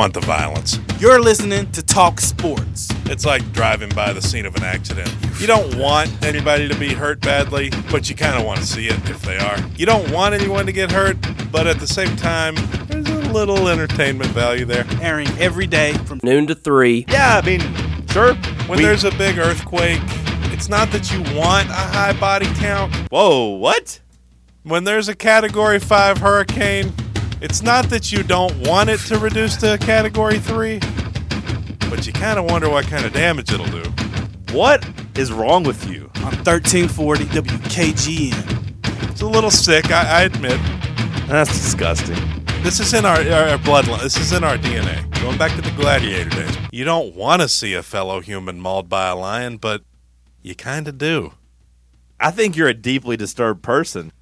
want the violence. You're listening to Talk Sports. It's like driving by the scene of an accident. You don't want anybody to be hurt badly, but you kind of want to see it if they are. You don't want anyone to get hurt, but at the same time, there's a little entertainment value there. Airing every day from Noon to three. Yeah, I mean, sure. When We- there's a big earthquake, it's not that you want a high body count. Whoa, what? When there's a Category 5 hurricane, it's not that you don't want it to reduce to a Category 3, but you kind of wonder what kind of damage it'll do. What is wrong with you? on 1340 WKGN. It's a little sick, I, I admit. That's disgusting. This is in our, our, our bloodline. This is in our DNA. Going back to the gladiator days. You don't want to see a fellow human mauled by a lion, but you kind of do. I think you're a deeply disturbed person.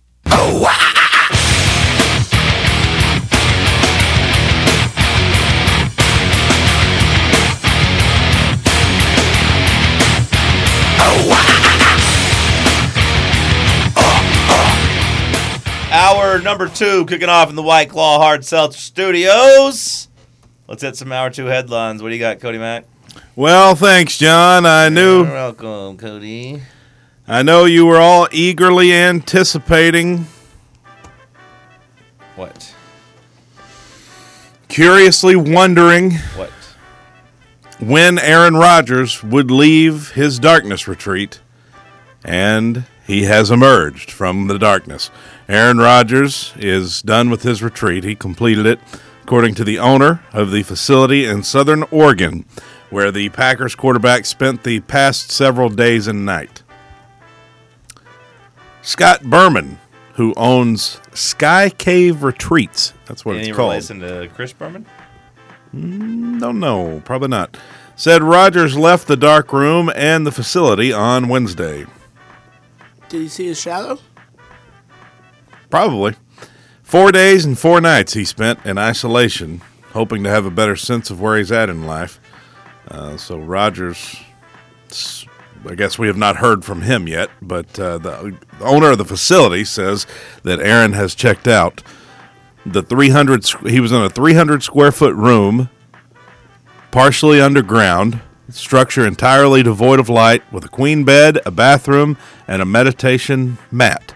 Hour number two kicking off in the White Claw Hard Seltzer Studios. Let's hit some hour two headlines. What do you got, Cody Mack? Well, thanks, John. I You're knew welcome, Cody. I know you were all eagerly anticipating, What? curiously wondering What? when Aaron Rodgers would leave his darkness retreat, and he has emerged from the darkness. Aaron Rodgers is done with his retreat. He completed it, according to the owner of the facility in Southern Oregon, where the Packers quarterback spent the past several days and night. Scott Berman, who owns Sky Cave Retreats, that's what Any it's called. relation to Chris Berman? Don't know. Probably not. Said Rogers left the dark room and the facility on Wednesday. Did you see his shadow? Probably. Four days and four nights he spent in isolation, hoping to have a better sense of where he's at in life. Uh, so Rogers, s- I guess we have not heard from him yet, but uh, the the owner of the facility says that Aaron has checked out. The 300 squ- he was in a 300 square foot room, partially underground, structure entirely devoid of light, with a queen bed, a bathroom, and a meditation mat.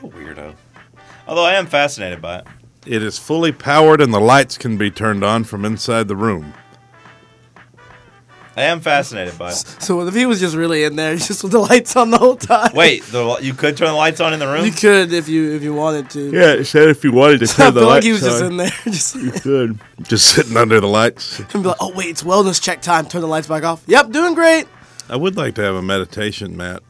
What a weirdo. Although I am fascinated by it. It is fully powered and the lights can be turned on from inside the room. I am fascinated by it. So what if he was just really in there, just with the lights on the whole time? Wait, the, li- you could turn the lights on in the room? you could if you if you wanted to. Yeah, it said if you wanted to I feel like he was just in there, just and Good. Just sitting under the lights. be like, oh wait, it's wellness check time. Turn the lights back off. Yep, doing great. I would like to have a meditation mat.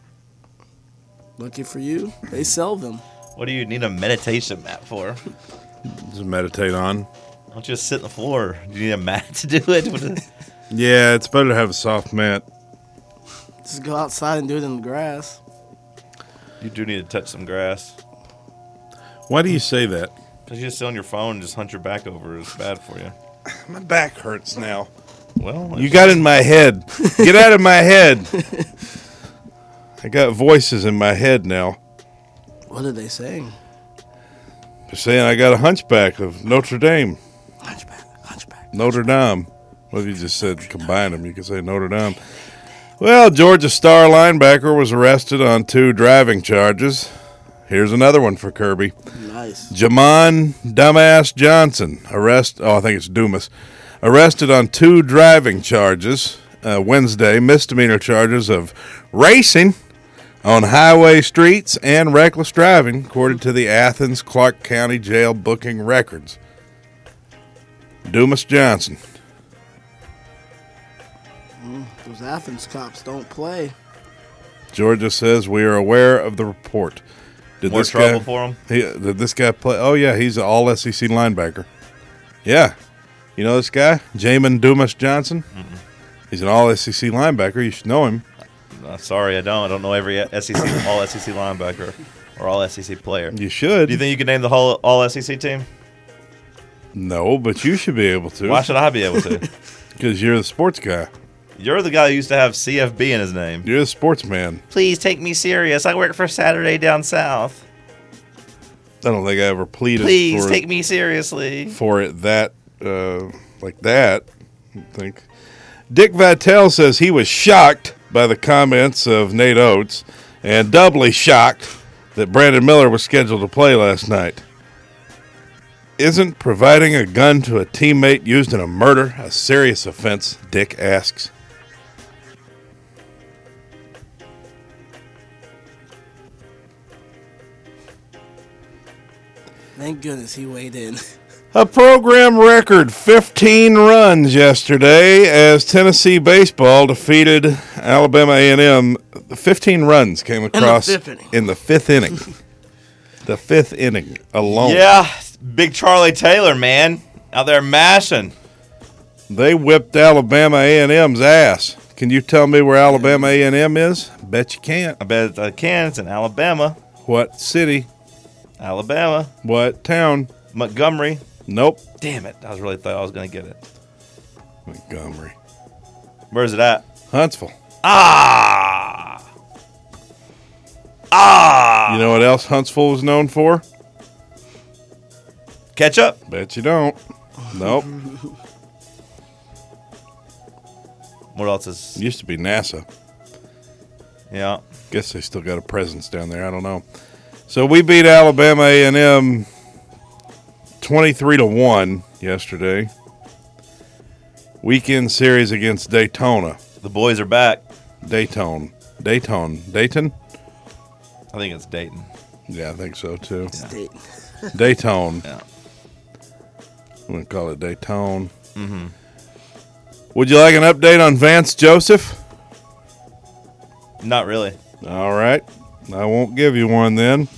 Lucky for you, they sell them. What do you need a meditation mat for? Just meditate on. Don't you just sit on the floor? Do you need a mat to do it? What is- Yeah, it's better to have a soft mat. Just go outside and do it in the grass. you do need to touch some grass. Why do you say that? Because you just sit on your phone and just hunch your back over is bad for you. My back hurts now. Well, You got in my head. Get out of my head. I got voices in my head now. What are they saying? They're saying I got a hunchback of Notre Dame. Hunchback, hunchback. Notre Dame. Well, if you just said combine them, you could say Notre Dame. Well, Georgia star linebacker was arrested on two driving charges. Here's another one for Kirby. Nice. Jamon Dumbass Johnson, arrest. Oh, I think it's Dumas, arrested on two driving charges uh, Wednesday, misdemeanor charges of racing on highway streets and reckless driving, according to the Athens Clark County Jail booking records. Dumas Johnson. Those Athens cops don't play. Georgia says we are aware of the report. Did more trouble for him? He, did this guy play? Oh yeah, he's an all SEC linebacker. Yeah, you know this guy, Jamin Dumas Johnson. He's an all SEC linebacker. You should know him. Uh, sorry, I don't. I don't know every SEC, all SEC linebacker or all SEC player. Do You should. you think you can name the whole all SEC team? No, but you should be able Why to should I be able to? because you're the sports guy. You're the guy who used to have CFB in his name. You're the sportsman. Please take me serious. I work for Saturday Down South. I don't think I ever pleaded Please for, take me seriously. for it that uh, like that. I think. Dick Vitale says he was shocked by the comments of Nate Oates and doubly shocked that Brandon Miller was scheduled to play last night. Isn't providing a gun to a teammate used in a murder a serious offense? Dick asks. Thank goodness he weighed in. A program record 15 runs yesterday as Tennessee baseball defeated Alabama A&M. 15 runs came across fifth inning. in the fifth inning. the fifth inning alone. Yeah, big Charlie Taylor, man, out there mashing. They whipped Alabama A&M's ass. Can you tell me where Alabama A&M is? Bet you can't. I bet I can. It's in Alabama, What city? Alabama, What town? Montgomery. Nope. Damn it! I was really thought I was gonna get it. Montgomery. Where's it at? Huntsville. Ah, You know what else Huntsville was known for? catch up. Bet you don't. Nope. What else is? Used to be NASA. Yeah, guess they still got a presence down there. I don't know. So we beat Alabama A and M twenty three to one yesterday. Weekend series against Daytona, the boys are back. Dayton, Dayton, Dayton. I think it's Dayton. Yeah, I think so too. State. Dayton. Yeah. I'm gonna call it Dayton. Mm-hmm. Would you like an update on Vance Joseph? Not really. All right, I won't give you one then.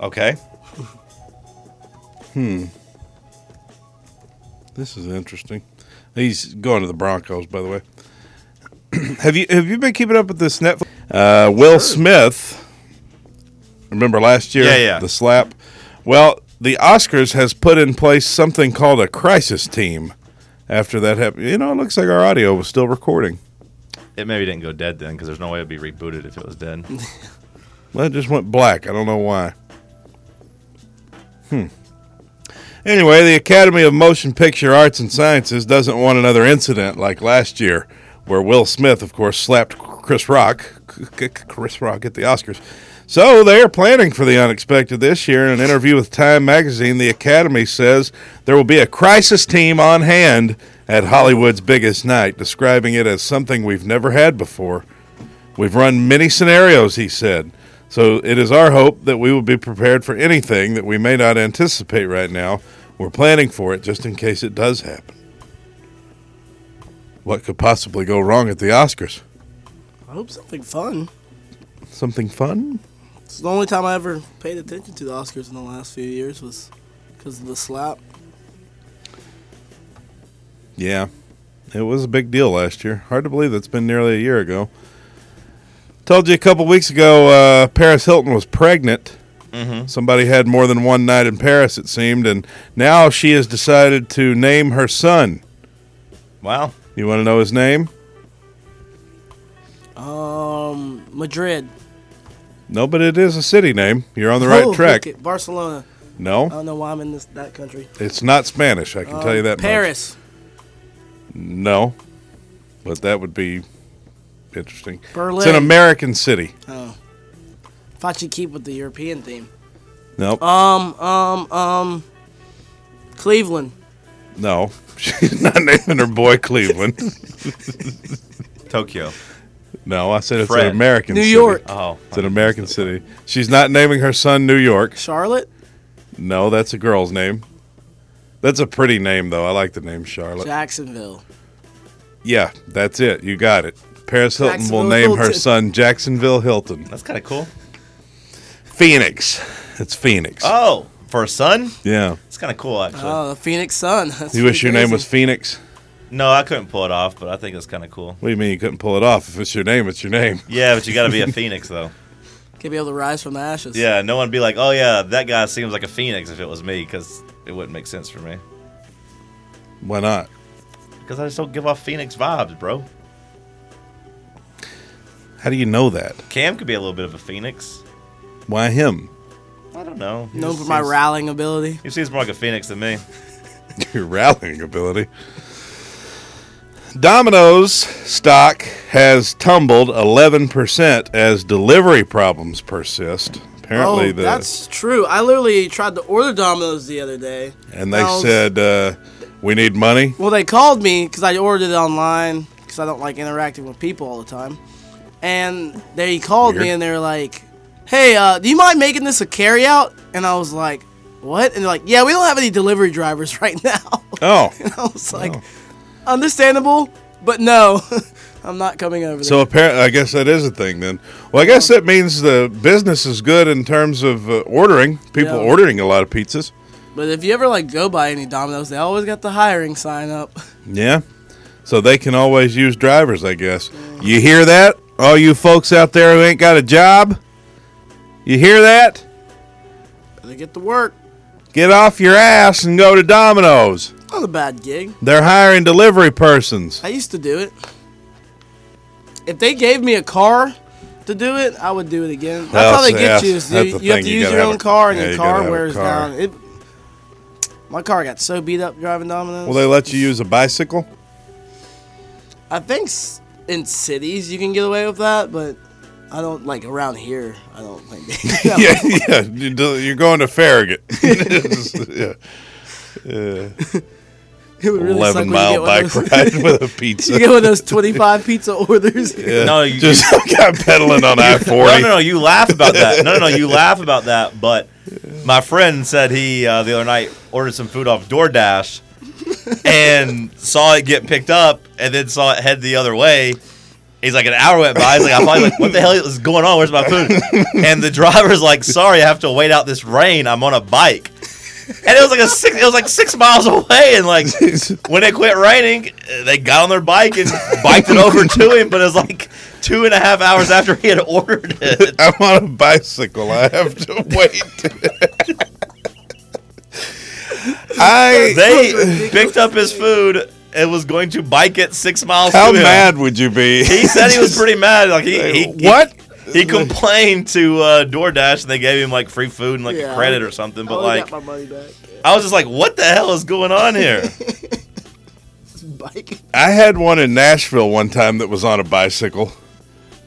Okay. This is interesting. He's going to the Broncos, by the way. have you have you been keeping up with this Netflix? Uh, Will Smith. Remember last year? Yeah, yeah. The slap. Well, the Oscars has put in place something called a crisis team. After that happened, you know, it looks like our audio was still recording. It maybe didn't go dead then, because there's no way it'd be rebooted if it was dead. Well, it just went black. I don't know why. Hmm. Anyway, the Academy of Motion Picture Arts and Sciences doesn't want another incident like last year, where Will Smith, of course, slapped Chris Rock, C- C- Chris Rock at the Oscars. So they are planning for the unexpected this year. In an interview with Time Magazine, the Academy says there will be a crisis team on hand at Hollywood's biggest night, describing it as something we've never had before. We've run many scenarios, he said. So it is our hope that we will be prepared for anything that we may not anticipate right now. We're planning for it just in case it does happen. What could possibly go wrong at the Oscars? I hope something fun. Something fun? It's the only time I ever paid attention to the Oscars in the last few years was because of the slap. Yeah. It was a big deal last year. Hard to believe that's been nearly a year ago. Told you a couple weeks ago uh, Paris Hilton was pregnant. mm-hmm. Somebody had more than one night in Paris, it seemed, and now she has decided to name her son. Wow. You want to know his name? Um, Madrid. No, but it is a city name. You're on the right Oh, Uh, track. cricket. Barcelona. I No, don't know why I'm in this that country. it's not Spanish. I can tell you Um, that. much. Paris. No, but that would be interesting. It's an Berlin. American city. Oh. If I should keep with the European theme. Nope. Um, um, um, Cleveland. no, she's not naming her boy Cleveland. Tokyo. no, I said it's an Fred. American. New city. York. Oh. It's an American city. She's not naming her son New York. Charlotte. No, that's a girl's name. That's a pretty name, though. I like the name Charlotte. Jacksonville. Yeah, that's it. You got it. Paris Hilton will Jacksonville name her Hilton. son Jacksonville Hilton. That's kind of cool. Phoenix. It's Phoenix. Oh, for a son? Yeah. It's kind of cool, actually. Oh, the Phoenix Sun. That's You wish your name was pretty Phoenix? no, I couldn't pull it off, but I think it's kind of cool. What do you mean you couldn't pull it off? If it's your name, it's your name. Yeah, but you got to be a phoenix, though. crazy. Could be able to rise from the ashes. Yeah, no one would be like, oh, yeah, that guy seems like a phoenix if it was me, because it wouldn't make sense for me. Why not? Because I just don't give off phoenix vibes, bro. How do you know that? Cam could be a little bit of a phoenix. Why him? I don't know. He Known just for my seems- rallying ability. He seems more like a phoenix than me. your rallying ability. Domino's stock has tumbled 11% as delivery problems persist. Apparently, oh, the, that's true. I literally tried to order Domino's the other day. and they No. said, uh, we need money. Well, they called me because I ordered it online because I don't like interacting with people all the time. And they called me Weird. and they were like, "Hey, uh, do you mind making this a carryout?" And I was like, "What?" And they're like, "Yeah, we don't have any delivery drivers right now." Oh, I was like, "Understandable, but no, I'm not coming over there." so apparently, I guess that is a thing then. Well, I guess that means the business is good in terms of uh, ordering, people Yeah. ordering a lot of pizzas. but if you ever like go by any Domino's, they always got the hiring sign up. Yeah. So they can always use drivers, I guess. You hear that? All you folks out there who ain't got a job? You hear that? They get to work. Get off your ass and go to Domino's. Not a bad gig. They're hiring delivery persons. I used to do it. If they gave me a car to do it, I would do it again. That's Well, how they see, get that's- you. Is that's you, the you have thing, to you use gotta your have own a- car, and yeah, your you gotta car have a wears car. down. It, my car got so beat up driving Domino's. Will they let you use a bicycle? I think s- in cities you can get away with that, but I don't like around here. I don't think. They, yeah, yeah. You do- You're going to Farragut. yeah. Yeah. It would really suck when 11 mile you get bike one of those- ride with a You get pizza. one of those 25 pizza orders. Yeah. No, you- just got pedaling on I 40. No, no, no. You laugh about that. No, no, no. You laugh about that. But my friend said he uh, the other night ordered some food off DoorDash and saw it get picked up, and then saw it head the other way. He's like, an hour went by. He's like, I'm probably like, what the hell is going on? Where's my food? And the driver's like, sorry, I have to wait out this rain. I'm on a bike. And it was like a six. It was like six miles away, and like when it quit raining, uh, they got on their bike and biked it over to him. But it was like two and a half hours after he had ordered it. I'm on a bicycle. I have to wait. I. They picked up his food and was going to bike it six miles. how to him. mad would you be? uh, He said he was pretty mad. Like he, he he- what? He, complained to uh, DoorDash and they gave him like free food and like Yeah. a credit or something. But Oh, I would've like, got my money back. I was just like, what the hell is going on here? Bike. I had one in Nashville one time that was on a bicycle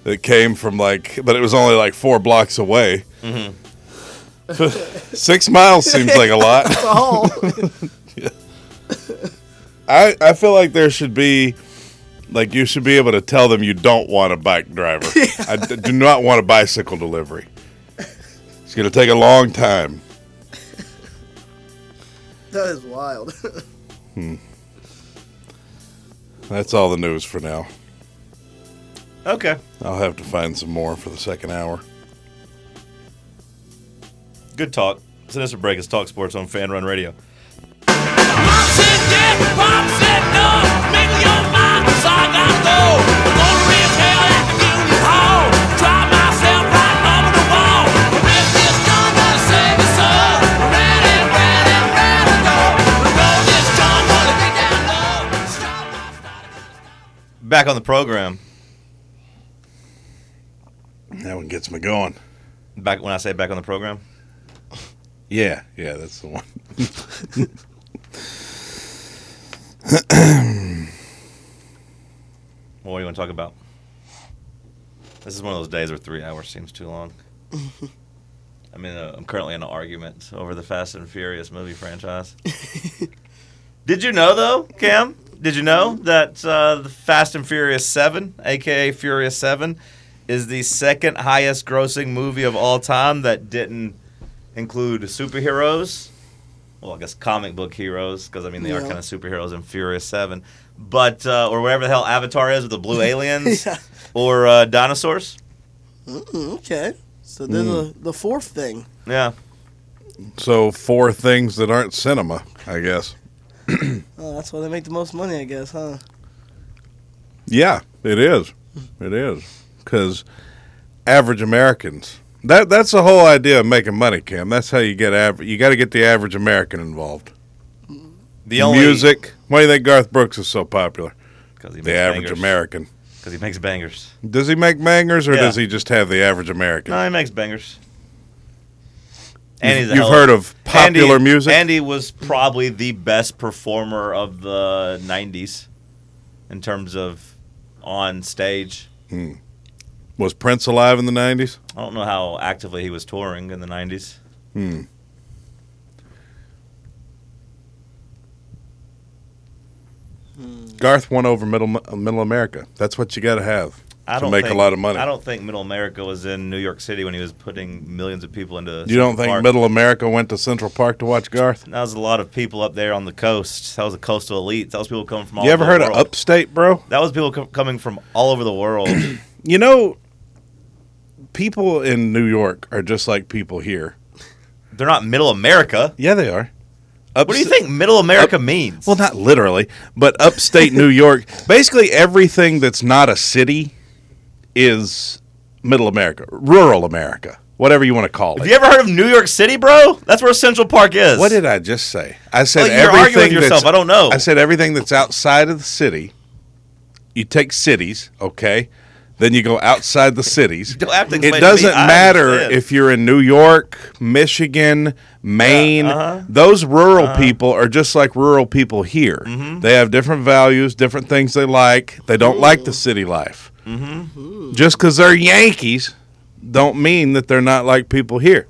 that came from like, but it was only like four blocks away. Mm-hmm. Six miles seems like a lot. Oh. I, I feel like there should be, like, you should be able to tell them you don't want a bike driver. I d- do not want a bicycle delivery. It's going to take a long time. That is wild. That's all the news for now. Okay, I'll have to find some more for the second hour. good talk. Sinister break is talk sports on Fan Run Radio. Pops and dead, pops and dumb. Make up your mind, 'cause I gotta go. Gonna raise hell at the union hall. Drive myself right over the wall. If this gun gonna save us all, red and red and red and gold. The road this gun gonna get down low. Stop, stop, stop. Back on the program. That one gets me going. Back when I say back on the program, Yeah, yeah, that's the one. what do you want to talk about? This is one of those days where three hours seems too long. I mean, uh, I'm currently in an argument over the Fast and Furious movie franchise. did you know, though, Cam? Did you know that uh, the Fast and Furious 7, aka Furious 7, is the second highest grossing movie of all time that didn't include superheroes? Well, I guess comic book heroes, because I mean, they are Yeah. kind of superheroes in Furious 7. But, uh, or whatever the hell Avatar is with the blue aliens Yeah. or uh, dinosaurs. Mm, okay. So then Hmm. the, the fourth thing. Yeah. So four things that aren't cinema, I guess. Oh, that's why they make the most money, I guess, huh? Yeah, it is. It is because average Americans. That that's the whole idea of making money, Cam. That's how you get aver- You got to get the average American involved. The only Music. Why do you think Garth Brooks is so popular? because he The average American. because he makes bangers. Does he make bangers or Yeah. does he just have the average American? No, he makes bangers. Andy's a You've hell heard of popular Andy- music? Andy was probably the best performer of the '90s in terms of on stage. Was Prince alive in the '90s? I don't know how actively he was touring in the '90s. Garth won over middle uh, middle America. That's what you got to have I to don't make think, a lot of money. I don't think Middle America was in New York City when he was putting millions of people into. you don't Central think Park. middle America went to Central Park to watch Garth? That was a lot of people up there on the coast. That was a coastal elite. That was people coming from all. You ever over heard the of world. Upstate, bro? That was people co- coming from all over the world. You know, people in New York are just like people here. They're not Middle America. Yeah, they are. What do you think Middle America means? Well, not literally, but upstate New York. Basically, everything that's not a city is middle America, rural America, whatever you want to call it. Have you ever heard of New York City, bro? That's where Central Park is. What did uh, I just say? I said Well, you're everything. arguing with that's- yourself. I don't know. I said everything that's outside of the city. You take cities, okay? Then you go outside the cities. don't have to it explain to me. doesn't I matter understand. if you're in New York, Michigan, Maine. Uh, uh-huh. Those rural people are just like rural people here. Mm-hmm. They have different values, different things they like. They don't like the city life. Mm-hmm. Just because they're Yankees don't mean that they're not like people here.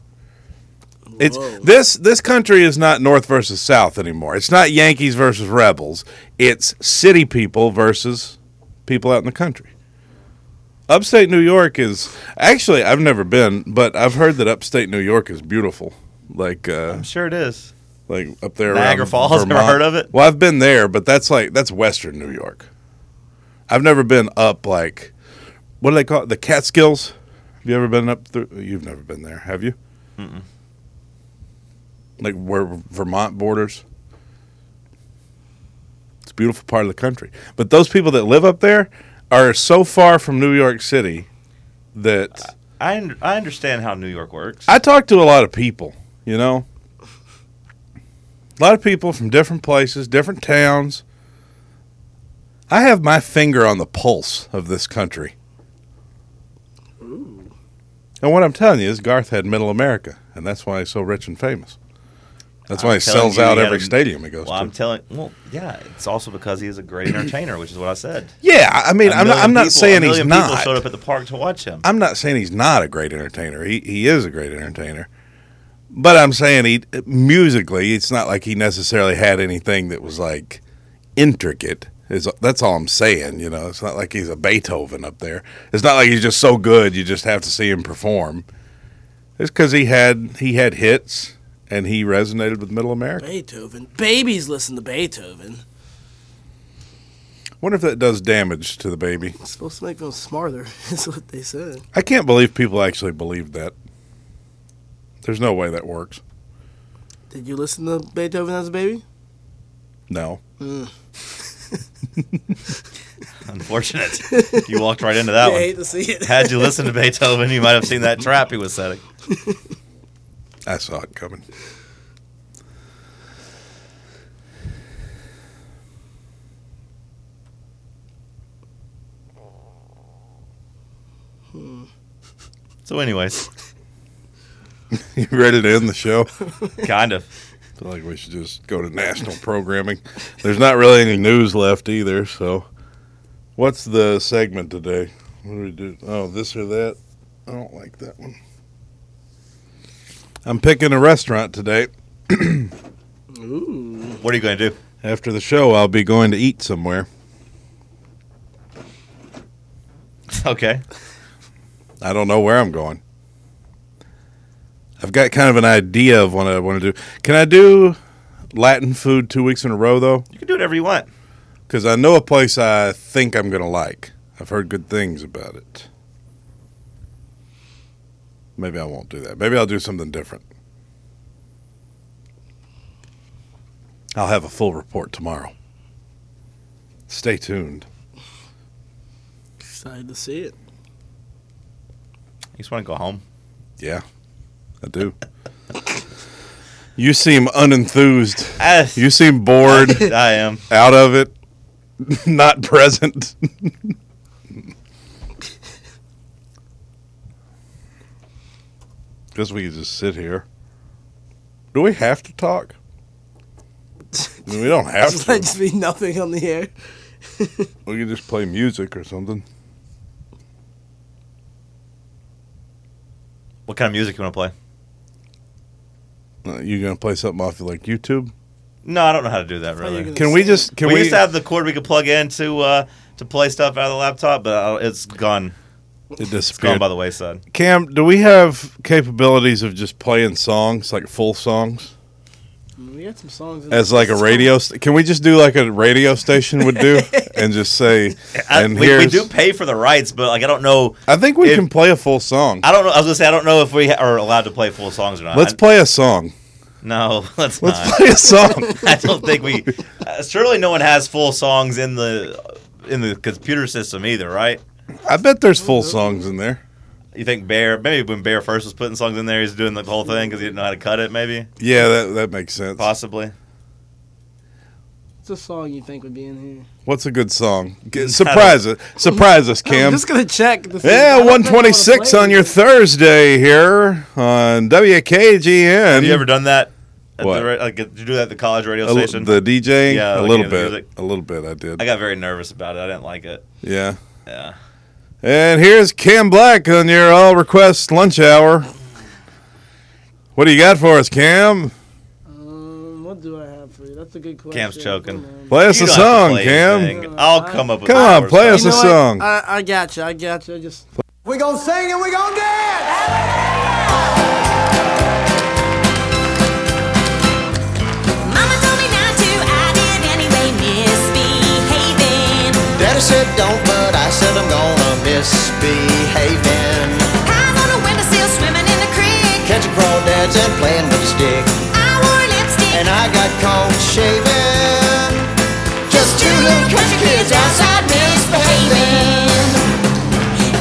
It's this this country is not North versus South anymore. It's not Yankees versus rebels. It's city people versus people out in the country. Upstate New York is actually I've never been, but I've heard that upstate New York is beautiful. Like uh, I'm sure it is. like up there Niagara around Falls, ever Vermont. heard of it? Well, I've been there, but that's like that's western New York. I've never been up like what do they call it? The Catskills. Have you ever been up through? You've never been there, have you? Like where Vermont borders. It's a beautiful part of the country, but those people that live up there are so far from New York City that. I, un- I understand how New York works. I talk to a lot of people, you know. A lot of people from different places, different towns. I have my finger on the pulse of this country. And what I'm telling you is Garth had middle America, and that's why he's so rich and famous. That's why he telling sells you, out you every gotta- stadium he goes well, I'm to. telling. Well, yeah, it's also because he is a great entertainer, which is what I said. yeah, I mean, A I'm not, million I'm not people- saying a he's million People not. showed up at the park to watch him. I'm not saying he's not a great entertainer. He he is a great entertainer. But I'm saying he musically, it's not like he necessarily had anything that was like intricate. Is that's all I'm saying, you know. It's not like he's a Beethoven up there. It's not like he's just so good you just have to see him perform. It's cuz he had he had hits and he resonated with middle America. Beethoven. Babies listen to Beethoven. Wonder if that does damage to the baby. It's supposed to make them smarter, is what they said. I can't believe people actually believe that. There's no way that works. Did you listen to Beethoven as a baby? No. Unfortunate. you walked right into that I one. hate to see it. Had you listened to Beethoven, you might have seen that trap he was setting. I saw it coming. So, anyways, You ready to end the show? kind of. I feel like we should just go to national programming. There's not really any news left either, so what's the segment today? What do we do? Oh, this or that? I don't like that one. I'm picking a restaurant today. What are you going to do? After the show, I'll be going to eat somewhere. Okay. I don't know where I'm going. I've got kind of an idea of what I want to do. Can I do Latin food two weeks in a row, though? You can do whatever you want. Because I know a place I think I'm going to like. I've heard good things about it. Maybe I won't do that. Maybe I'll do something different. I'll have a full report tomorrow. Stay tuned. Excited to see it. You just want to go home. Yeah, I do. you seem unenthused. I, You seem bored, I am. out of it, not present. Guess we could just sit here. Do we have to talk? I mean, we don't have Just to. like just be nothing on the air. We can just play music or something. What kind of music you want to play? Uh, you gonna play something off like YouTube? No, I don't know how to do that you really. gonna- Can we just can we, we, used to have the cord we could plug in to uh, to play stuff out of the laptop, but I don't- it's gone. it It's gone disappeared? by the wayside. Cam, do we have capabilities of just playing songs like full songs We got some songs. In as like a radio? St- can we just do like a radio station would do and just say? I- And we, we here's, do pay for the rights, but like I don't know. I think we if- can play a full song. I don't know. I was gonna say I don't know if we ha- are allowed to play full songs or not. Let's I- play a song. no, let's, Let's not. play a song. I don't think we. Uh, surely no one has full songs in the in the computer system either, right? I bet there's full songs in there. You think Bear? Maybe when Bear first was putting songs in there, he's doing the whole thing because he didn't know how to cut it. Maybe, Yeah, that that makes sense. possibly. What's a song you think would be in here? What's a good song? G- Surprise us! Surprise us, I'm Cam. just gonna check. to see- I Yeah, don't think I wanna 126 play on your it. Thursday here on WKGN. Have you ever done that? At Mm-hmm. What? The, ra- like, did you do that at the college radio A li- station? the DJing? Yeah, a like little any of the bit. music. A little bit, I did. I got very nervous about it. I didn't like it. yeah. Yeah. And here's Cam Black on your all request lunch hour. What do you got for us, Cam? Um, what do I have for you? That's a good question. Cam's choking. Hold on. Play us You a don't have to song, play Cam. anything. I'll come up with Come a on, more play song. us You know a what? song. I, I gotcha. I gotcha. Just We're gonna sing and we're gonna dance. Mama told me not to, I did anyway, misbehaving. Daddy said don't, but I said I'm gonna misbehaving. Eyes on a windowsill, swimming in the creek. Catching crawdads and playing with a stick. I wore lipstick. And I got caught shaving. Just two little country kids outside misbehaving.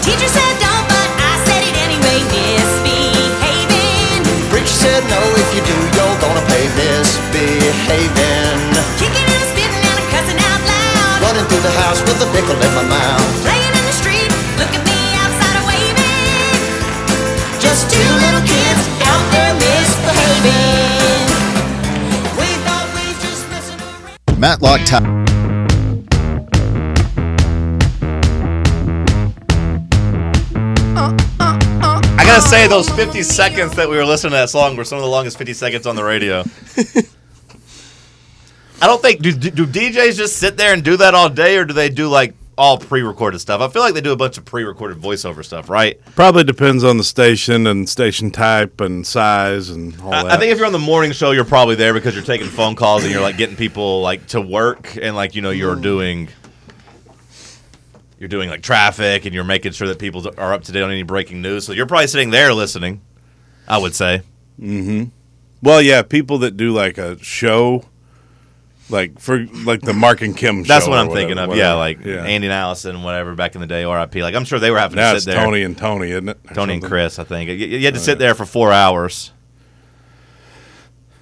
Teacher said don't, but I said it anyway, misbehaving. Preacher said no, if you do, you're gonna pay misbehaving. Kicking and spitting and cussing out loud. Running through the house with a pickle in my mouth. Playing in the street, look at me outside waving. Just two little kids out there misbehaving. We thought we just messing around. Matlock Town. I gotta say, those 50 seconds that we were listening to that song were some of the longest 50 seconds on the radio. I don't think do, do do DJs just sit there and do that all day, or do they do like all pre-recorded stuff? I feel like they do a bunch of pre-recorded voiceover stuff, right? Probably depends on the station and station type and size and all that. I, I think if you're on the morning show, you're probably there because you're taking phone calls and you're like getting people like to work and like you know you're doing you're doing like traffic and you're making sure that people are up to date on any breaking news. So you're probably sitting there listening. I would say. well, yeah, people that do like a show, like for like the Mark and Kim show. That's what or I'm whatever- thinking of. whatever. Yeah, like Andy and Allison, whatever, back in the day, RIP. Like, I'm sure they were having Now to it's sit there. Tony and Tony, isn't it? Or Tony and something. Chris, I think. You, you had to sit there for four hours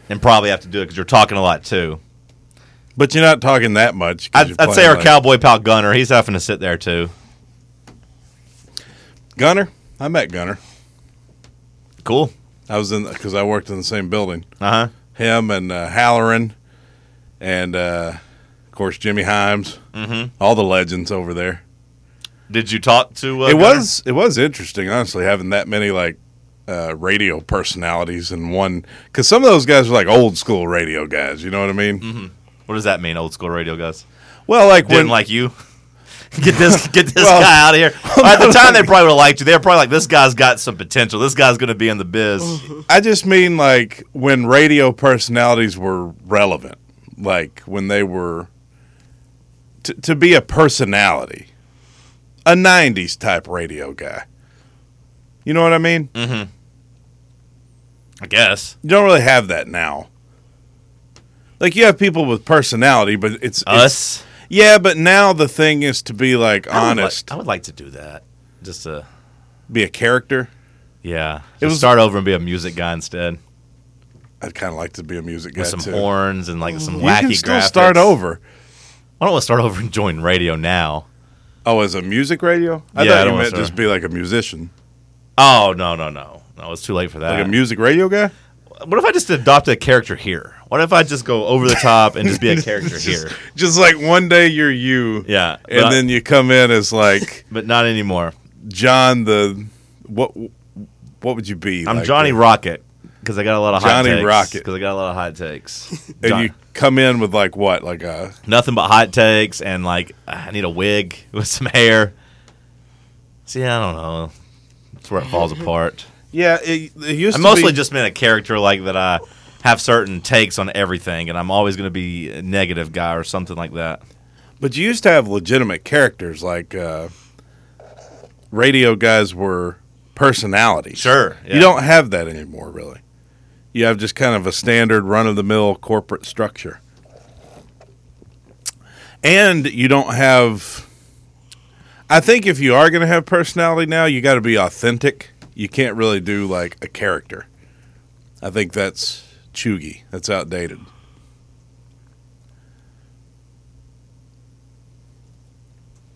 and probably have to do it because you're talking a lot, too. But you're not talking that much. 'cause I'd, you're I'd say playing, our like- cowboy pal Gunner, he's having to sit there, too. Gunner. I met Gunner. Cool. I was in because I worked in the same building. Uh huh. Him and uh, Halloran, and uh, of course Jimmy Himes. Mm-hmm. All the legends over there. Did you talk to. Uh, it Gunner? was it was interesting, honestly, having that many like uh, radio personalities in one. Because some of those guys were like old school radio guys. You know what I mean? What does that mean, old school radio guys? Well, like Mm-hmm. Didn't when like you? Get this, get this Well- guy out of here. At the time, they probably would have liked you. They were probably like, "This guy's got some potential. This guy's going to be in the biz." I just mean like when radio personalities were relevant, like when they were t- to be a personality, a '90s type radio guy. You know what I mean? I guess. You don't really have that now. Like you have people with personality, but it's it's- Us. yeah, but now the thing is to be like I would honest, like- I would like to do that. Just to be a character. yeah, It it was- was start over and be a music guy instead I'd kind of like to be a music guy with some too. horns and like some you wacky can still graphics. start over. I don't want to start over and join radio now. Oh, as a music radio? I thought Yeah, I don't you wanna meant start- just be like a musician. Oh no no no no! It's too late for that. Like a music radio guy? What if I just adopt a character here? What if I just go over the top and just be a character here? Just, just like one day you're you, Yeah, and but- then you come in as like But not anymore. John the what? What would you be? I'm Like, Johnny Rocket because I got a lot of hot Johnny takes. Rocket. because I got a lot of hot takes. and John- you come in with like what? Like a nothing but hot takes and like I need a wig with some hair. See, I don't know. That's where it falls apart. yeah. It, it used to I've mostly be- just been a character like that. I have certain takes on everything, and I'm always going to be a negative guy or something like that. But you used to have legitimate characters, like uh, radio guys were personalities. Sure, yeah. You don't have that anymore, really. You have just kind of a standard run of the mill corporate structure. And you don't have. I think if you are going to have personality now, you got to be authentic. You can't really do like a character. I think that's chuggy. That's outdated.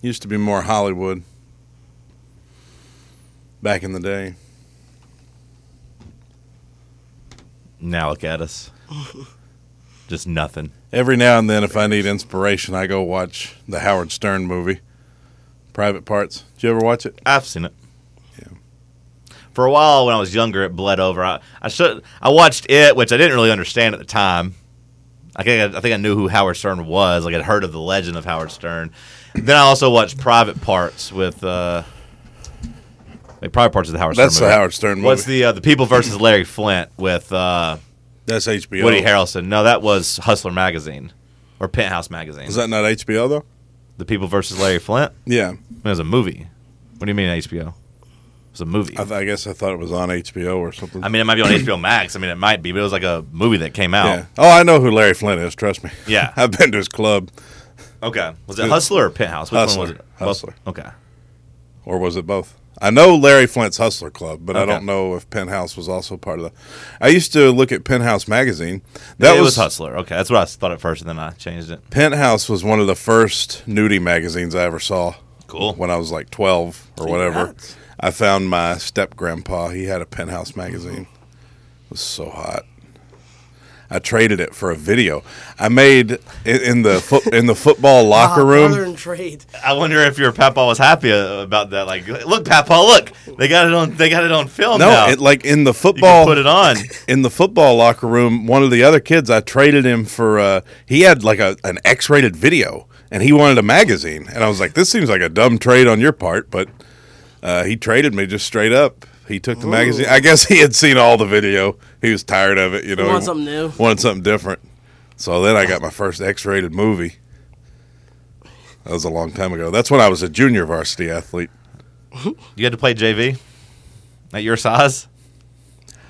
Used to be more Hollywood back in the day. Now look at us. Just nothing. Every now and then, if I need inspiration, I go watch the Howard Stern movie, Private Parts. Did you ever watch it? I've seen it. Yeah. For a while when I was younger, it bled over. I, I should I watched it, which I didn't really understand at the time. I think I, think I knew who Howard Stern was. Like I'd heard of the legend of Howard Stern. Then I also watched Private Parts with uh, like Private Parts of the Howard That's Stern. the movie. Howard Stern movie. What's the uh, the People versus Larry Flint with uh, That's HBO. Woody Harrelson? No, that was Hustler magazine or Penthouse magazine. Is that not HBO though? the People versus Larry Flint? Yeah, It was a movie. What do you mean HBO? It was a movie. I, th- I guess I thought it was on HBO or something. I mean, it might be on HBO Max. I mean, it might be, but it was like a movie that came yeah. out. Oh, I know who Larry Flint is. Trust me. Yeah. I've been to his club, Okay. Was it Hustler or Penthouse? Which Hustler. one was it? Hustler. Okay. or was it both? I know Larry Flint's Hustler Club, but I Okay. don't know if Penthouse was also part of that. I used to look at Penthouse magazine. That it was, was Hustler. Okay. That's what I thought at first, and then I changed it. Penthouse was one of the first nudie magazines I ever saw. Cool. When I was like 12 or whatever. Congrats. I found my step grandpa. He had a Penthouse magazine. It was so hot. I traded it for a video. I made in, in the foot in the football locker room. Modern trade. I wonder if your papa was happy uh, about that. Like, look, papa, look, they got it on. They got it on film No, now. it, like in the you can football put it on. in the football locker room, one of the other kids, I traded him for. Uh, he had like a an X rated video, and he wanted a magazine, and I was like, "This seems like a dumb trade on your part," but uh, he traded me just straight up. He took the magazine. I guess he had seen all the video. He was tired of it, you know. wanted he something new. Wanted something different. So then I got my first X rated movie. That was a long time ago. That's when I was a junior varsity athlete. You had to play JV at your size.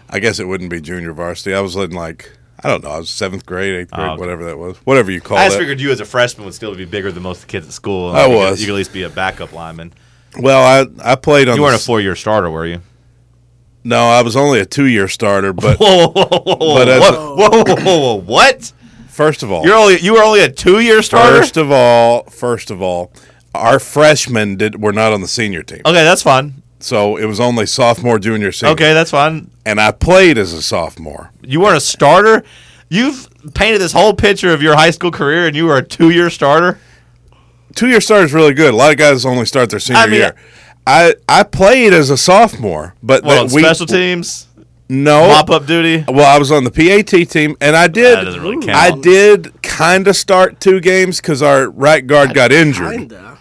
I guess it wouldn't be junior varsity. I was in like I don't know. I was seventh grade, eighth grade, Oh, okay. whatever that was, whatever you call I just it. figured you as a freshman would still be bigger than most of the kids at school. I You could- was. You could at least be a backup lineman. Well, I I played on. You the weren't a s- four-year starter, were you? No, I was only a two year starter. But Whoa, whoa, whoa, whoa, whoa, But as a- whoa, whoa, whoa, whoa, whoa, what? first of all, You're only you were only a two year starter. first of all, first of all, our freshmen did were not on the senior team, Okay, that's fine. so it was only sophomore, junior, senior. Okay, that's fine. and I played as a sophomore. You weren't a starter. You've painted this whole picture of your high school career, and you were a two year starter. Two year start is really good. A lot of guys only start their senior I mean- year. I I played as a sophomore, but What that on we- special teams, no pop up duty? Well, I was on the PAT team, and I That did. doesn't really count. I did kind of start two games because our right guard got injured. Kinda.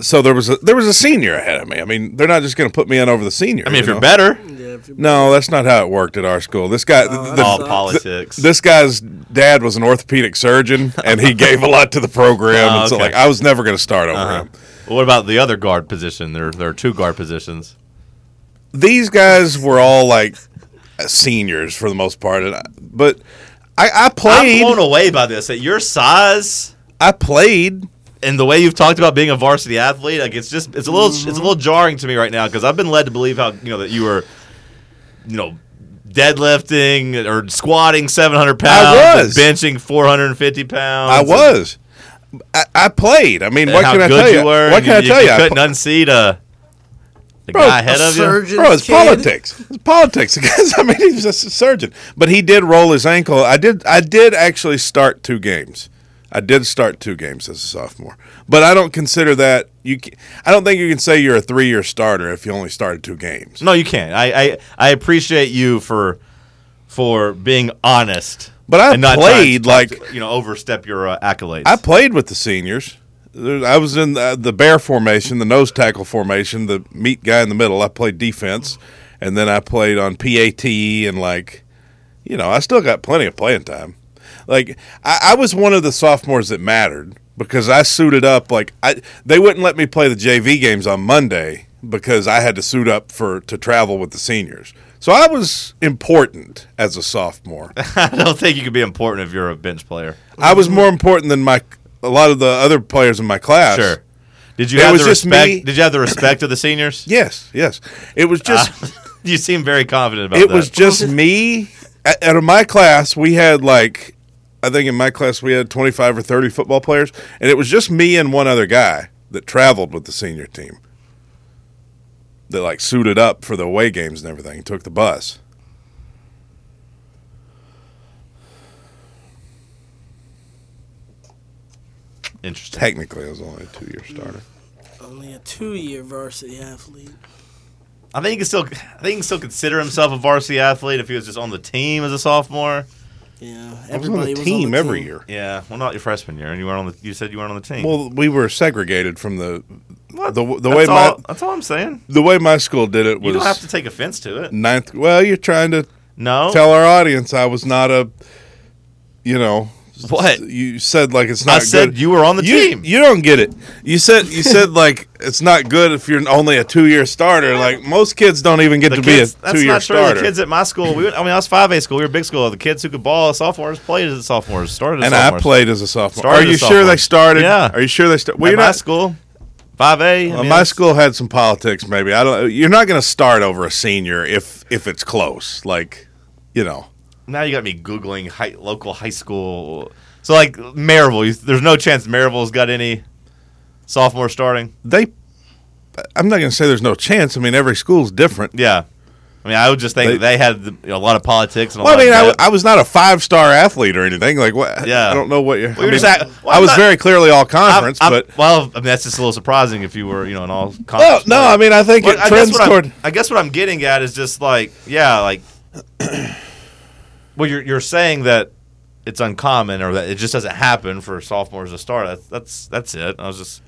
so there was a there was a senior ahead of me. I mean, they're not just going to put me in over the senior. I mean, if you know? you're better, Yeah, if you- No, that's not how it worked at our school. This guy, th- that's all th- Oh, politics. this guy's dad was an orthopedic surgeon, and he gave a lot to the program. Oh, and so, okay. like, I was never going to start over Uh-huh. him. Well, what about the other guard position? There, there are two guard positions. These guys were all like seniors for the most part, and I, but I, I I'm blown played. away by this. At your size I played. and the way you've talked about being a varsity athlete, like it's just it's a little Mm-hmm. it's a little jarring to me right now because I've been led to believe how you know that you were, you know, deadlifting or squatting 700 pounds, I and was. benching 450 pounds. I and- was. I, I played. I mean, And what how can I good tell you? you were. What and can I you, tell you you? I couldn't pl- unseat a The Bro, guy ahead a of you. surgeon's Bro, it's kid. politics. It's politics. Because I mean, he's just a surgeon, but he did roll his ankle. I did. I did actually start two games. I did start two games as a sophomore, but I don't consider that you. ca- I don't think you can say you're a three-year starter if you only started two games. No, you can't. I, I I appreciate you for for being honest. But I and not trying played, to, like- you know overstep your uh, accolades. I played with the seniors. There- I was in the, the bear formation, the nose tackle formation, the meat guy in the middle. I played defense, and then I played on PAT E and like, you know, I still got plenty of playing time. Like I, I was one of the sophomores that mattered because I suited up. Like I, they wouldn't let me play the JV games on Monday because I had to suit up for to travel with the seniors. So I was important as a sophomore. I don't think you can be important if you're a bench player. I was more important than my a lot of the other players in my class. Sure. Did you It have was the just respect? me- Did you have the respect of the seniors? Uh, Yes, yes. It was just you seem very confident Ah, about it that. was just me. A- Out of my class, we had like I think in my class we had 25 or 30 football players and it was just me and one other guy that traveled with the senior team. That like suited up for the away games and everything, took the bus. interesting. Technically, I was only a two-year starter. Only a two-year varsity athlete. I think he can still. I think he can still consider himself a varsity athlete if he was just on the team as a sophomore. Yeah, I was on the everybody team the every team. year. Yeah, well, not your freshman year, and you weren't on the. You said you weren't on the team. Well, we were segregated from the What? the the that's way my all, that's all I'm saying. the way my school did it You was don't have to take offense to it. ninth. Well, you're trying to No. tell our audience I was not a, you know, What? you said like it's I not. said good. you were on the You- team. You don't get it. You said you said like it's not good if you're only a two year starter. Like most kids don't even get the to kids, be a that's two year not true. starter. The kids at my school, we would, I mean, I was five A school. We were a big school. The kids who could ball as sophomores played as sophomores, started as and I sophomores. played as a sophomore. Started Are you as sure sophomore. they started? Yeah. Are you sure they started? At Well, you're my not. school, five A. well, my school had some politics. Maybe I don't. You're not going to start over a senior if if it's close. Like, you know. Now you got me googling high, local high school. So like Maryville, you, there's no chance Maryville's got any sophomore starting. they I'm not going to say there's no chance. I mean, every school's different. Yeah, I mean, I would just think They- they, had the, a lot of politics. And a Well, I lot mean, I, of w- that. I was not a five star athlete or anything. Like, what? Yeah. I don't know what you're. We were I, just mean, at- well, I I'm was not- very clearly all conference, I'm- I'm- but well, I mean, that's just a little surprising if you were, you know, an all. well, no, I mean, I think But it I guess, trends what toward. I'm, I guess what I'm getting at is just like, yeah, like, well, you're you're saying that it's uncommon or that it just doesn't happen for sophomores to start. That's that's, that's it. I was just,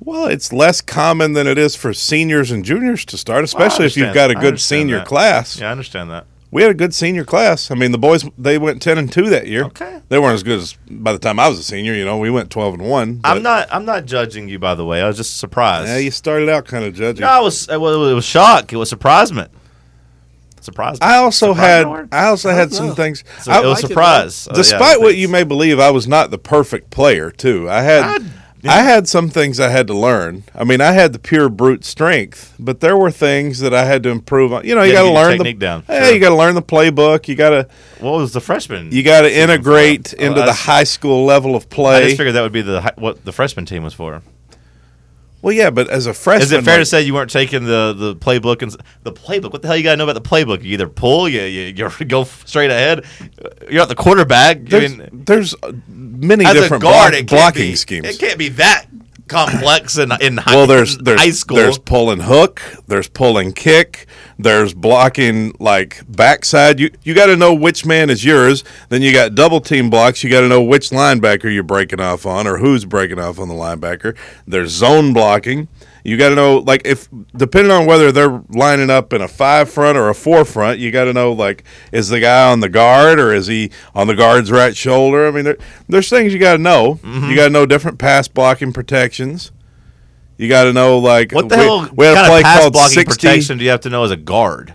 Well, it's less common than it is for seniors and juniors to start, Well, I especially if you've understand- got a I good understand senior that. class. yeah, I understand that. We had a good senior class. I mean, the boys they went ten and two that year. Okay. they weren't as good as by the time I was a senior. You know, we went twelve and one. I'm not I'm not judging you by the way. I was just surprised. Yeah, you started out kind of judging. no, I was it was, it was shock. It was surprisement. Surprise. I also had Surprisement? I also had some know. things. So I- it was I- surprise. Uh, yeah, Despite what thanks. you may believe, I was not the perfect player too. I had I'd- I had some things I had to learn. I mean, I had the pure brute strength, but there were things that I had to improve on. You know, you Yeah, got to get your learn the technique down. Yeah, Sure. you got to learn the playbook. You got to what was the freshman? you got to season for? integrate Oh, into I the just- high school level of I play. just figured that would be the hi- what the freshman team was for. well, yeah, but as a freshman, Is it fair like- to say you weren't taking the, the playbook and s- the playbook? What the hell you gotta know about the playbook? You either pull, you you, you go f- straight ahead. You're not the quarterback. I there's, mean, there's uh, many as a different guard, block- it can't blocking be, schemes? It can't be that complex in in high, well, there's in there's high school. there's pulling hook, there's pulling kick, there's blocking like backside. You you got to know which man is yours. Then you got double team blocks. You got to know which linebacker you're breaking off on or who's breaking off on the linebacker. There's zone blocking. You got to know like if depending on whether they're lining up in a five front or a four front, you got to know like is the guy on the guard or is he on the guard's right shoulder? I mean, there, there's things you got to know. Mm-hmm. You got to know different pass blocking protections. You got to know like what the we, hell we had kind a play of pass called blocking 60. protection do you have to know as a guard?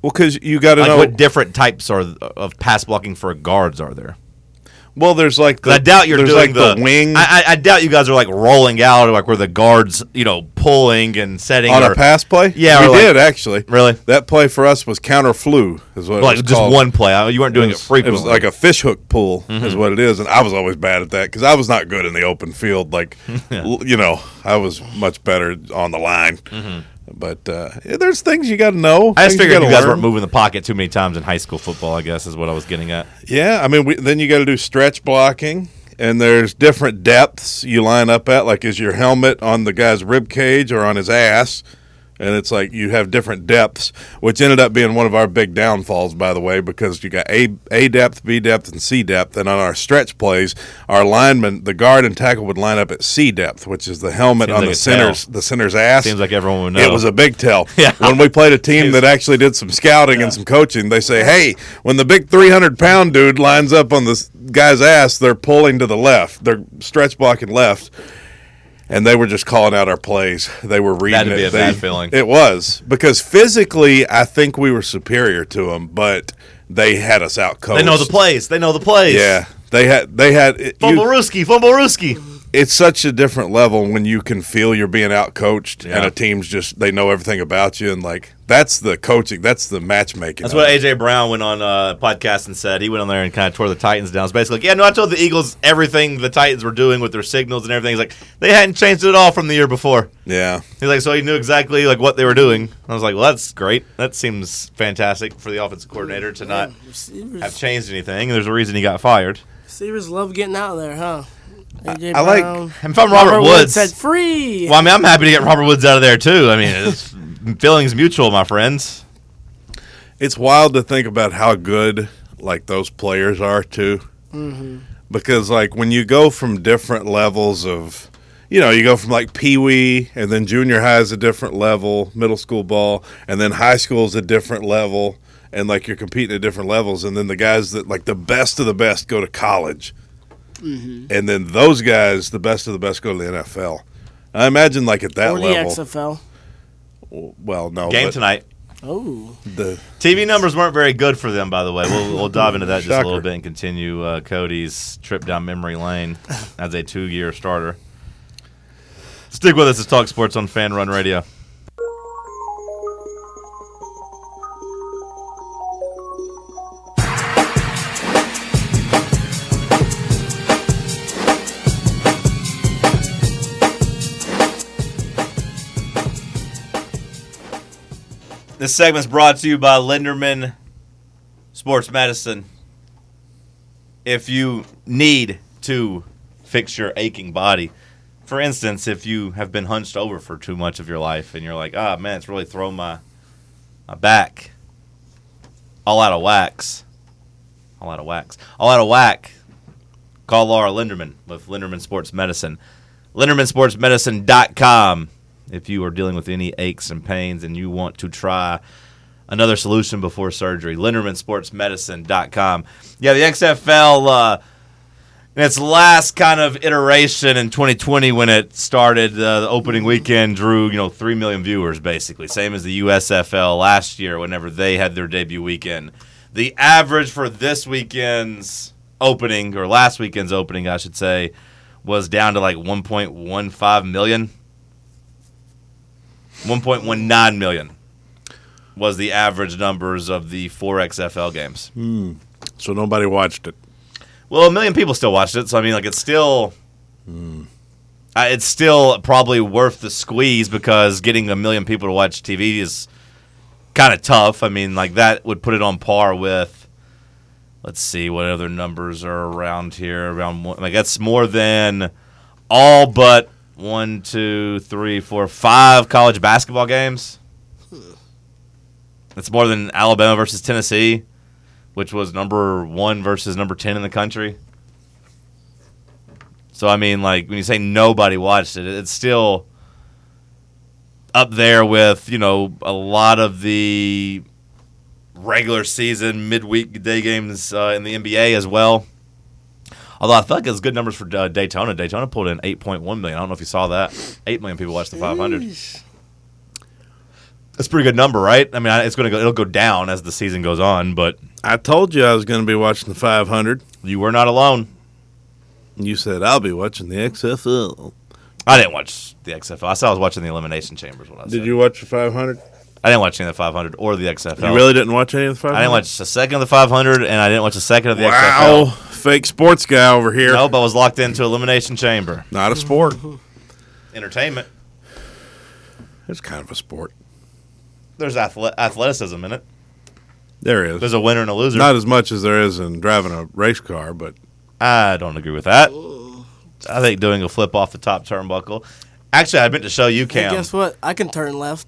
Well, because you got to Like know. what different types are of pass blocking for guards are there? well, there's like the, Because I doubt you're there's doing like the, wing I, I, I doubt you guys are like rolling out like where the guards you know pulling and setting on or- a pass play. Yeah, we or like- did actually. Really? that play for us was counter flu. Is what it Like was just called. one play. I- You weren't doing it, was- frequently. Mm-hmm. was like a fish hook pull, is what it is, and I was always bad at that because I was not good in the open field. Like, l- you know, I was much better on the line. But uh, yeah, there's things you got to know. Mm-hmm. I just things figured you gotta guys learn. weren't moving the pocket too many times in high school football. I guess is what I was getting at. Yeah, I mean, we, then you got to do stretch blocking, and there's different depths you line up at. Like, is your helmet on the guy's rib cage or on his ass? And it's like you have different depths, which ended up being one of our big downfalls, by the way, because you got A A depth, B depth, and C depth. And on our stretch plays, our lineman, the guard and tackle would line up at C depth, which is the helmet Seems on like the a tell. center's the center's ass. Seems like everyone would know. It was a big tell. Yeah. When we played a team that actually did some scouting and some coaching, they say, hey, when the big 300 pound dude lines up on this guy's ass, they're pulling to the left. They're stretch blocking left. And they were just calling out our plays. They were reading That'd it. be a They- bad feeling. It was because physically, I think we were superior to them, but they had us out coached. They know the plays. They know the plays. Yeah, they had. They had. it- you- Fumble Ruski, Fumble Ruski. it's such a different level when you can feel you're being outcoached and Yeah. a team's just they know everything about you and like that's the coaching that's the matchmaking That's of what it. AJ Brown went on a podcast and said. He went on there and kind of tore the Titans down. It's basically like, yeah, no, I told the Eagles everything the Titans were doing with their signals and everything. He's like, they hadn't changed it at all from the year before. yeah He's like, so he knew exactly like what they were doing. I was like, well, that's great. That seems fantastic for the offensive coordinator to not have Receivers, changed anything. There's a reason he got fired. receivers love getting out there, huh? AJ I like- Brown. And if I'm Robert, Robert Woods, said free. well, I mean, I'm happy to get Robert Woods out of there too. I mean, it's feelings mutual, my friends. it's wild to think about how good like those players are too Mm-hmm. because like when you go from different levels of you know you go from like pee wee and then junior high is a different level middle school ball and then high school is a different level and like you're competing at different levels and then the guys that like the best of the best go to college Mm-hmm. and then those guys the best of the best go to the nfl i imagine like at that or the level XFL. well no Game but tonight. Oh, the TV numbers weren't very good for them, by the way. We'll, we'll dive into that just a little Shocker. bit and continue uh, Cody's trip down memory lane as a two-year starter. Stick with us as Talk Sports on Fan Run Radio. This segment's brought to you by Linderman Sports Medicine. If you need to fix your aching body, for instance, if you have been hunched over for too much of your life and you're like, ah, man, it's really thrown my, my back all out of wax. All out of wax. All out of whack. Call Laura Linderman with Linderman Sports Medicine. LindermanSportsMedicine.com. If you are dealing with any aches and pains and you want to try another solution before surgery, LindermanSportsMedicine.com. Yeah, the XFL uh, in its last kind of iteration in 2020 when it started, uh, the opening weekend drew, you know, 3 million viewers basically, same as the USFL last year whenever they had their debut weekend. The average for this weekend's opening, or last weekend's opening, I should say, was down to like 1.15 million. 1.19 million was the average numbers of the four XFL games. so nobody watched it Well, a million people still watched it, so I mean, like it's still, I it's still probably worth the squeeze because getting a million people to watch TV is kind of tough. I mean, like that would put it on par with. Let's see what other numbers are around here. Around one, like that's more than all but one, two, three, four, five college basketball games. That's more than Alabama versus Tennessee which was number one versus number 10 in the country. So, I mean, like, when you say nobody watched it, it's still up there with, you know, a lot of the regular season midweek day games uh, in the NBA as well. Although I feel like it's good numbers for uh, Daytona. Daytona pulled in 8.1 million. I don't know if you saw that. 8 million people watched the 500. That's a pretty good number, right? I mean, I- it's going to go it'll go down as the season goes on, but I told you I was going to be watching the 500. you were not alone. And you said I'll be watching the XFL. I didn't watch the XFL. I said I was watching the Elimination Chambers. What I said. Did you watch the 500? I didn't watch any of the 500 or the XFL. You really didn't watch any of the 500? I didn't watch the second of the 500, and I didn't watch the second of the Wow, XFL. fake sports guy over here. Nope, I was locked into Elimination Chamber. Not a sport. Entertainment. It's kind of a sport. There's athle- athleticism in it. There is. There's a winner and a loser. Not as much as there is in driving a race car, but I don't agree with that. I think doing a flip off the top turnbuckle. Actually, I meant to show you, Hey, Cam. guess what? I can turn left.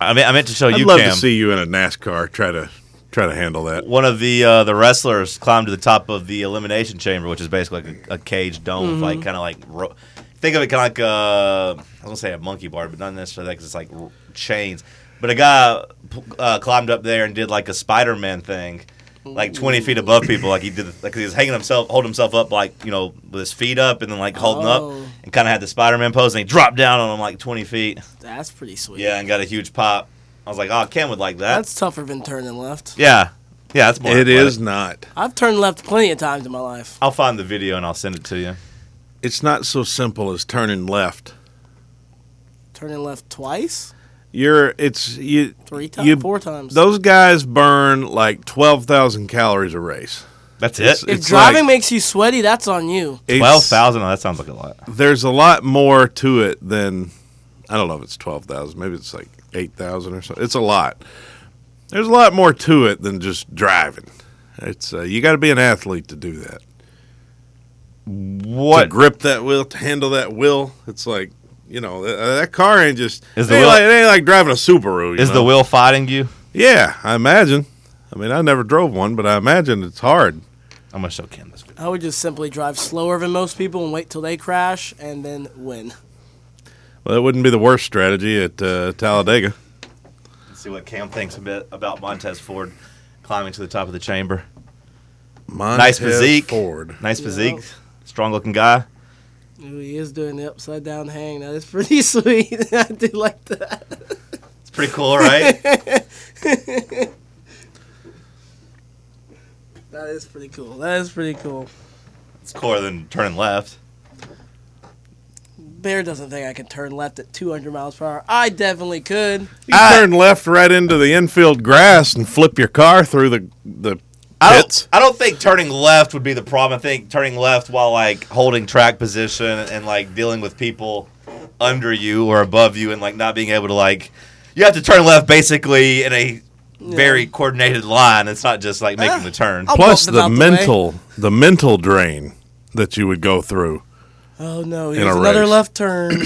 I mean, I meant to show I'd you, love Cam. to see you in a NASCAR try to try to handle that. One of the uh, the wrestlers climbed to the top of the elimination chamber, which is basically like a, a cage dome, Mm-hmm. like kind of like ro- think of it kind of like uh, I was gonna say a monkey bar, but not necessarily because it's like r- chains. But a guy p- uh, climbed up there and did like a Spider Man thing, like twenty feet above people, like he did like he was hanging himself, holding himself up, like you know with his feet up and then like holding Oh. up, and kind of had the Spider Man pose, and he dropped down on him like twenty feet, That's pretty sweet. yeah, and got a huge pop. I was like, oh, Ken would like that. That's tougher than turning left. yeah, yeah, that's more. It athletic. is not. I've turned left plenty of times in my life. I'll find the video and I'll send it to you. It's not so simple as turning left. Turning left twice, You're it's you three you- times, four times. Those guys burn like twelve thousand calories a race. That's It's- it. if it's driving like- makes you sweaty, that's on you. It's- Twelve thousand. Oh, that sounds like a lot. There's a lot more to it than I don't know if it's twelve thousand. Maybe it's like eight thousand or something. It's a lot. There's a lot more to it than just driving. It's uh, you got to be an athlete to do that. To What grip that wheel, to handle that wheel. It's like you know that, uh, that car ain't just. Is Is the it, ain't wheel- like, it ain't like driving a Subaru. you is the know? will fighting you? Yeah, I imagine. I mean, I never drove one, but I imagine it's hard. I'm gonna show Ken this. video. I would just simply drive slower than most people and wait till they crash and then win. Well, that wouldn't be the worst strategy at uh, Talladega. Let's see what Cam thinks a bit about Montez Ford climbing to the top of the chamber. Nice Montez physique. Ford. Nice Yeah. physique. Strong looking guy. Ooh, he is doing the upside down hang. That is pretty sweet. I do like that. It's pretty cool, right? That is pretty cool. That is pretty cool. it's cooler than turning left. Bear doesn't think I can turn left at 200 miles per hour. I definitely could. You can turn left right into the infield grass and flip your car through the the I pits. don't, I don't think turning left would be the problem. I think turning left while like holding track position and like dealing with people under you or above you and like not being able to like you have to turn left basically in a very coordinated line. It's not just like making the turn. Uh, I'll- Plus Bump them the out the way. mental, the mental drain that you would go through. Oh no, In here's a another race. left turn.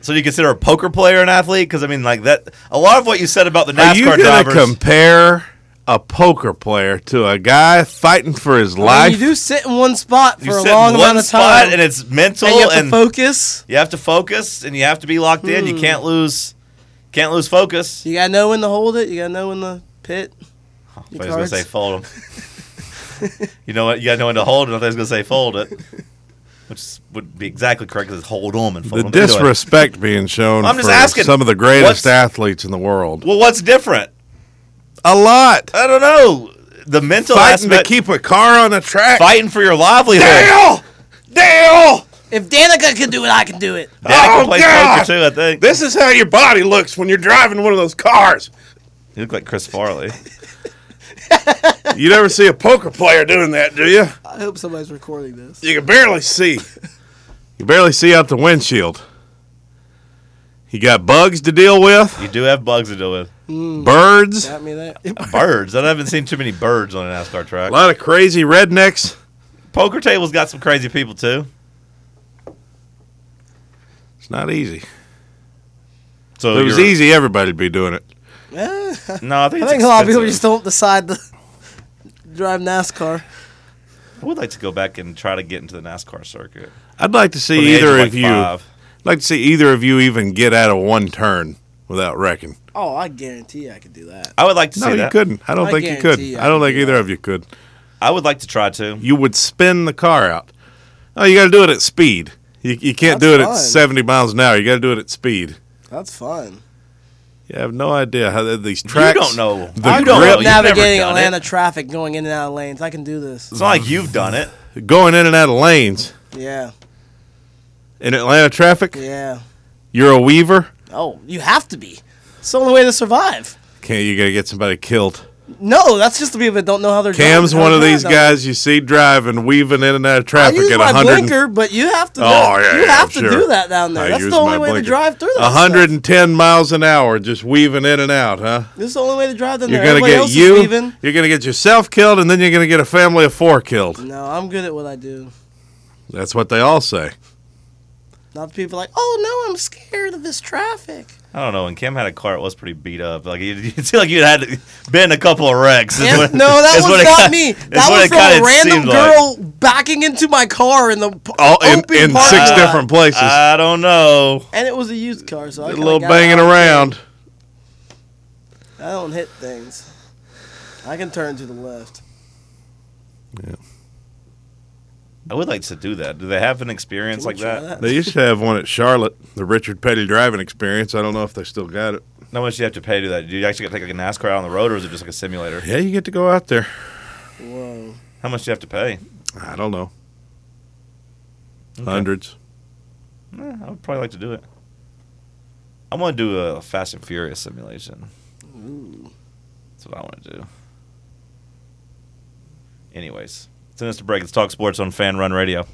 So do you consider a poker player an athlete? Because I mean, like that. A lot of what you said about the Are you NASCAR going to drivers. compare a poker player to a guy fighting for his I mean, life? you do sit in one spot for you a sit in long one amount of spot time, and it's mental and you have to and focus. you have to focus and you have to be locked in. Hmm. You can't lose. Can't lose focus. You gotta know when to hold it. You gotta know when to pit. I thought Your he was cards. gonna say fold 'em. you know what? You got no one to hold it. I thought he was gonna say fold it, which would be exactly correct because hold 'em and fold the 'em. But either way. disrespect being shown I'm just for asking, some of the greatest what's- athletes in the world. Well, what's different? A lot. I don't know. The mental fighting aspect, to keep a car on the track. fighting for your livelihood. Dale, Dale, If Danica can do it, I can do it. Dad can Oh, play God! poker too. I think this is how your body looks when you're driving one of those cars. you look like Chris Farley. You never see a poker player doing that, do you? I hope somebody's recording this. You can barely see. You barely see out the windshield. You got bugs to deal with, You do have bugs to deal with. birds, a Got me that. Birds. I haven't seen too many birds on a NASCAR track. lot of crazy rednecks. Poker tables got some crazy people too. It's not easy. So If it was you're- easy, everybody'd be doing it. Eh, No, I think, I it's think a lot of people just expensive. don't decide to drive NASCAR. I would like to go back and try to get into the NASCAR circuit. I'd like to see From the age either like of you. five. I'd like to see either of you even get out of one turn without wrecking. Oh, I guarantee I could do that. I would like to No, see you that. couldn't. I don't I think you could. guarantee I I don't could think do either that. of you could. I would like to try to. You would spin the car out. Oh, you got to do it at speed. You, you can't That's do it at fun. 70 miles an hour. You got to do it at speed. That's fun. You have no idea how th- these tracks. You don't know. The you grip- don't know. You've never Navigating done Atlanta It. traffic, going in and out of lanes. I can do this. It's not like you've done it. Going in and out of lanes Yeah, in Atlanta traffic. yeah. You're a weaver. Oh, you have to be. It's the only way to survive. Can't you got to get somebody killed? No, that's just the people that don't know how they're. Cam's driving. one of How these they're driving. guys you see driving, weaving in and out of I traffic use at my 100. blinker, but you have to. Oh, do- yeah, you yeah, I'm have to sure. do that down there. I that's use the only my way to blinker. drive through. That 110 miles an hour, just weaving in and out, huh? Stuff. This is the only way to drive down You're there. gonna Everybody get else is you. leaving. You're gonna get yourself killed, and then you're gonna get a family of four killed. No, I'm good at what I do. That's what they all say. Not the people like, oh no, I'm scared of this traffic. I don't know. When Cam had a car, it was pretty beat up. Like you, you feel like you had been a couple of wrecks. is And- what- no, that is what was it not kin- me. is what That was it from a kinda random seemed like. girl backing into my car in the p- All in, open in parking six lot. Ah. different places. I don't know. And it was a used car, so I a kinda little got banging out. around. I don't hit things. I can turn to the left. I would like to do that. Do they have an experience like Try that? They used to have one at Charlotte, the Richard Petty driving experience. I don't know if they still got it. How much do you have to pay to do that? Do you actually get to take like a NASCAR out on the road, or is it just like a simulator? Yeah, you get to go out there. Whoa. How much do you have to pay? I don't know. Hundreds. Eh, I would probably like to do it. I want to do a Fast and Furious simulation. That's what I want to do. Anyways, send us to break. Let's talk sports on Fan Run Radio.